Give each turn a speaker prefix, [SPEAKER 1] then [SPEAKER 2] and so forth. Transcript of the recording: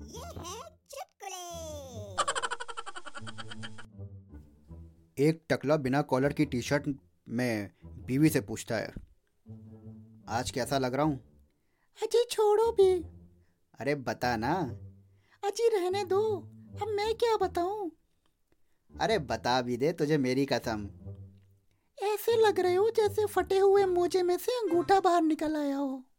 [SPEAKER 1] ये है चुटकुले
[SPEAKER 2] एक टकला बिना कॉलर की टी शर्ट में बीवी से पूछता है आज कैसा लग रहा हूँ
[SPEAKER 3] अजी छोड़ो भी
[SPEAKER 2] अरे बता ना
[SPEAKER 3] अजी रहने दो अब मैं क्या बताऊं
[SPEAKER 2] अरे बता भी दे तुझे मेरी कसम
[SPEAKER 3] ऐसे लग रहे हो जैसे फटे हुए मोजे में से अंगूठा बाहर निकल आया हो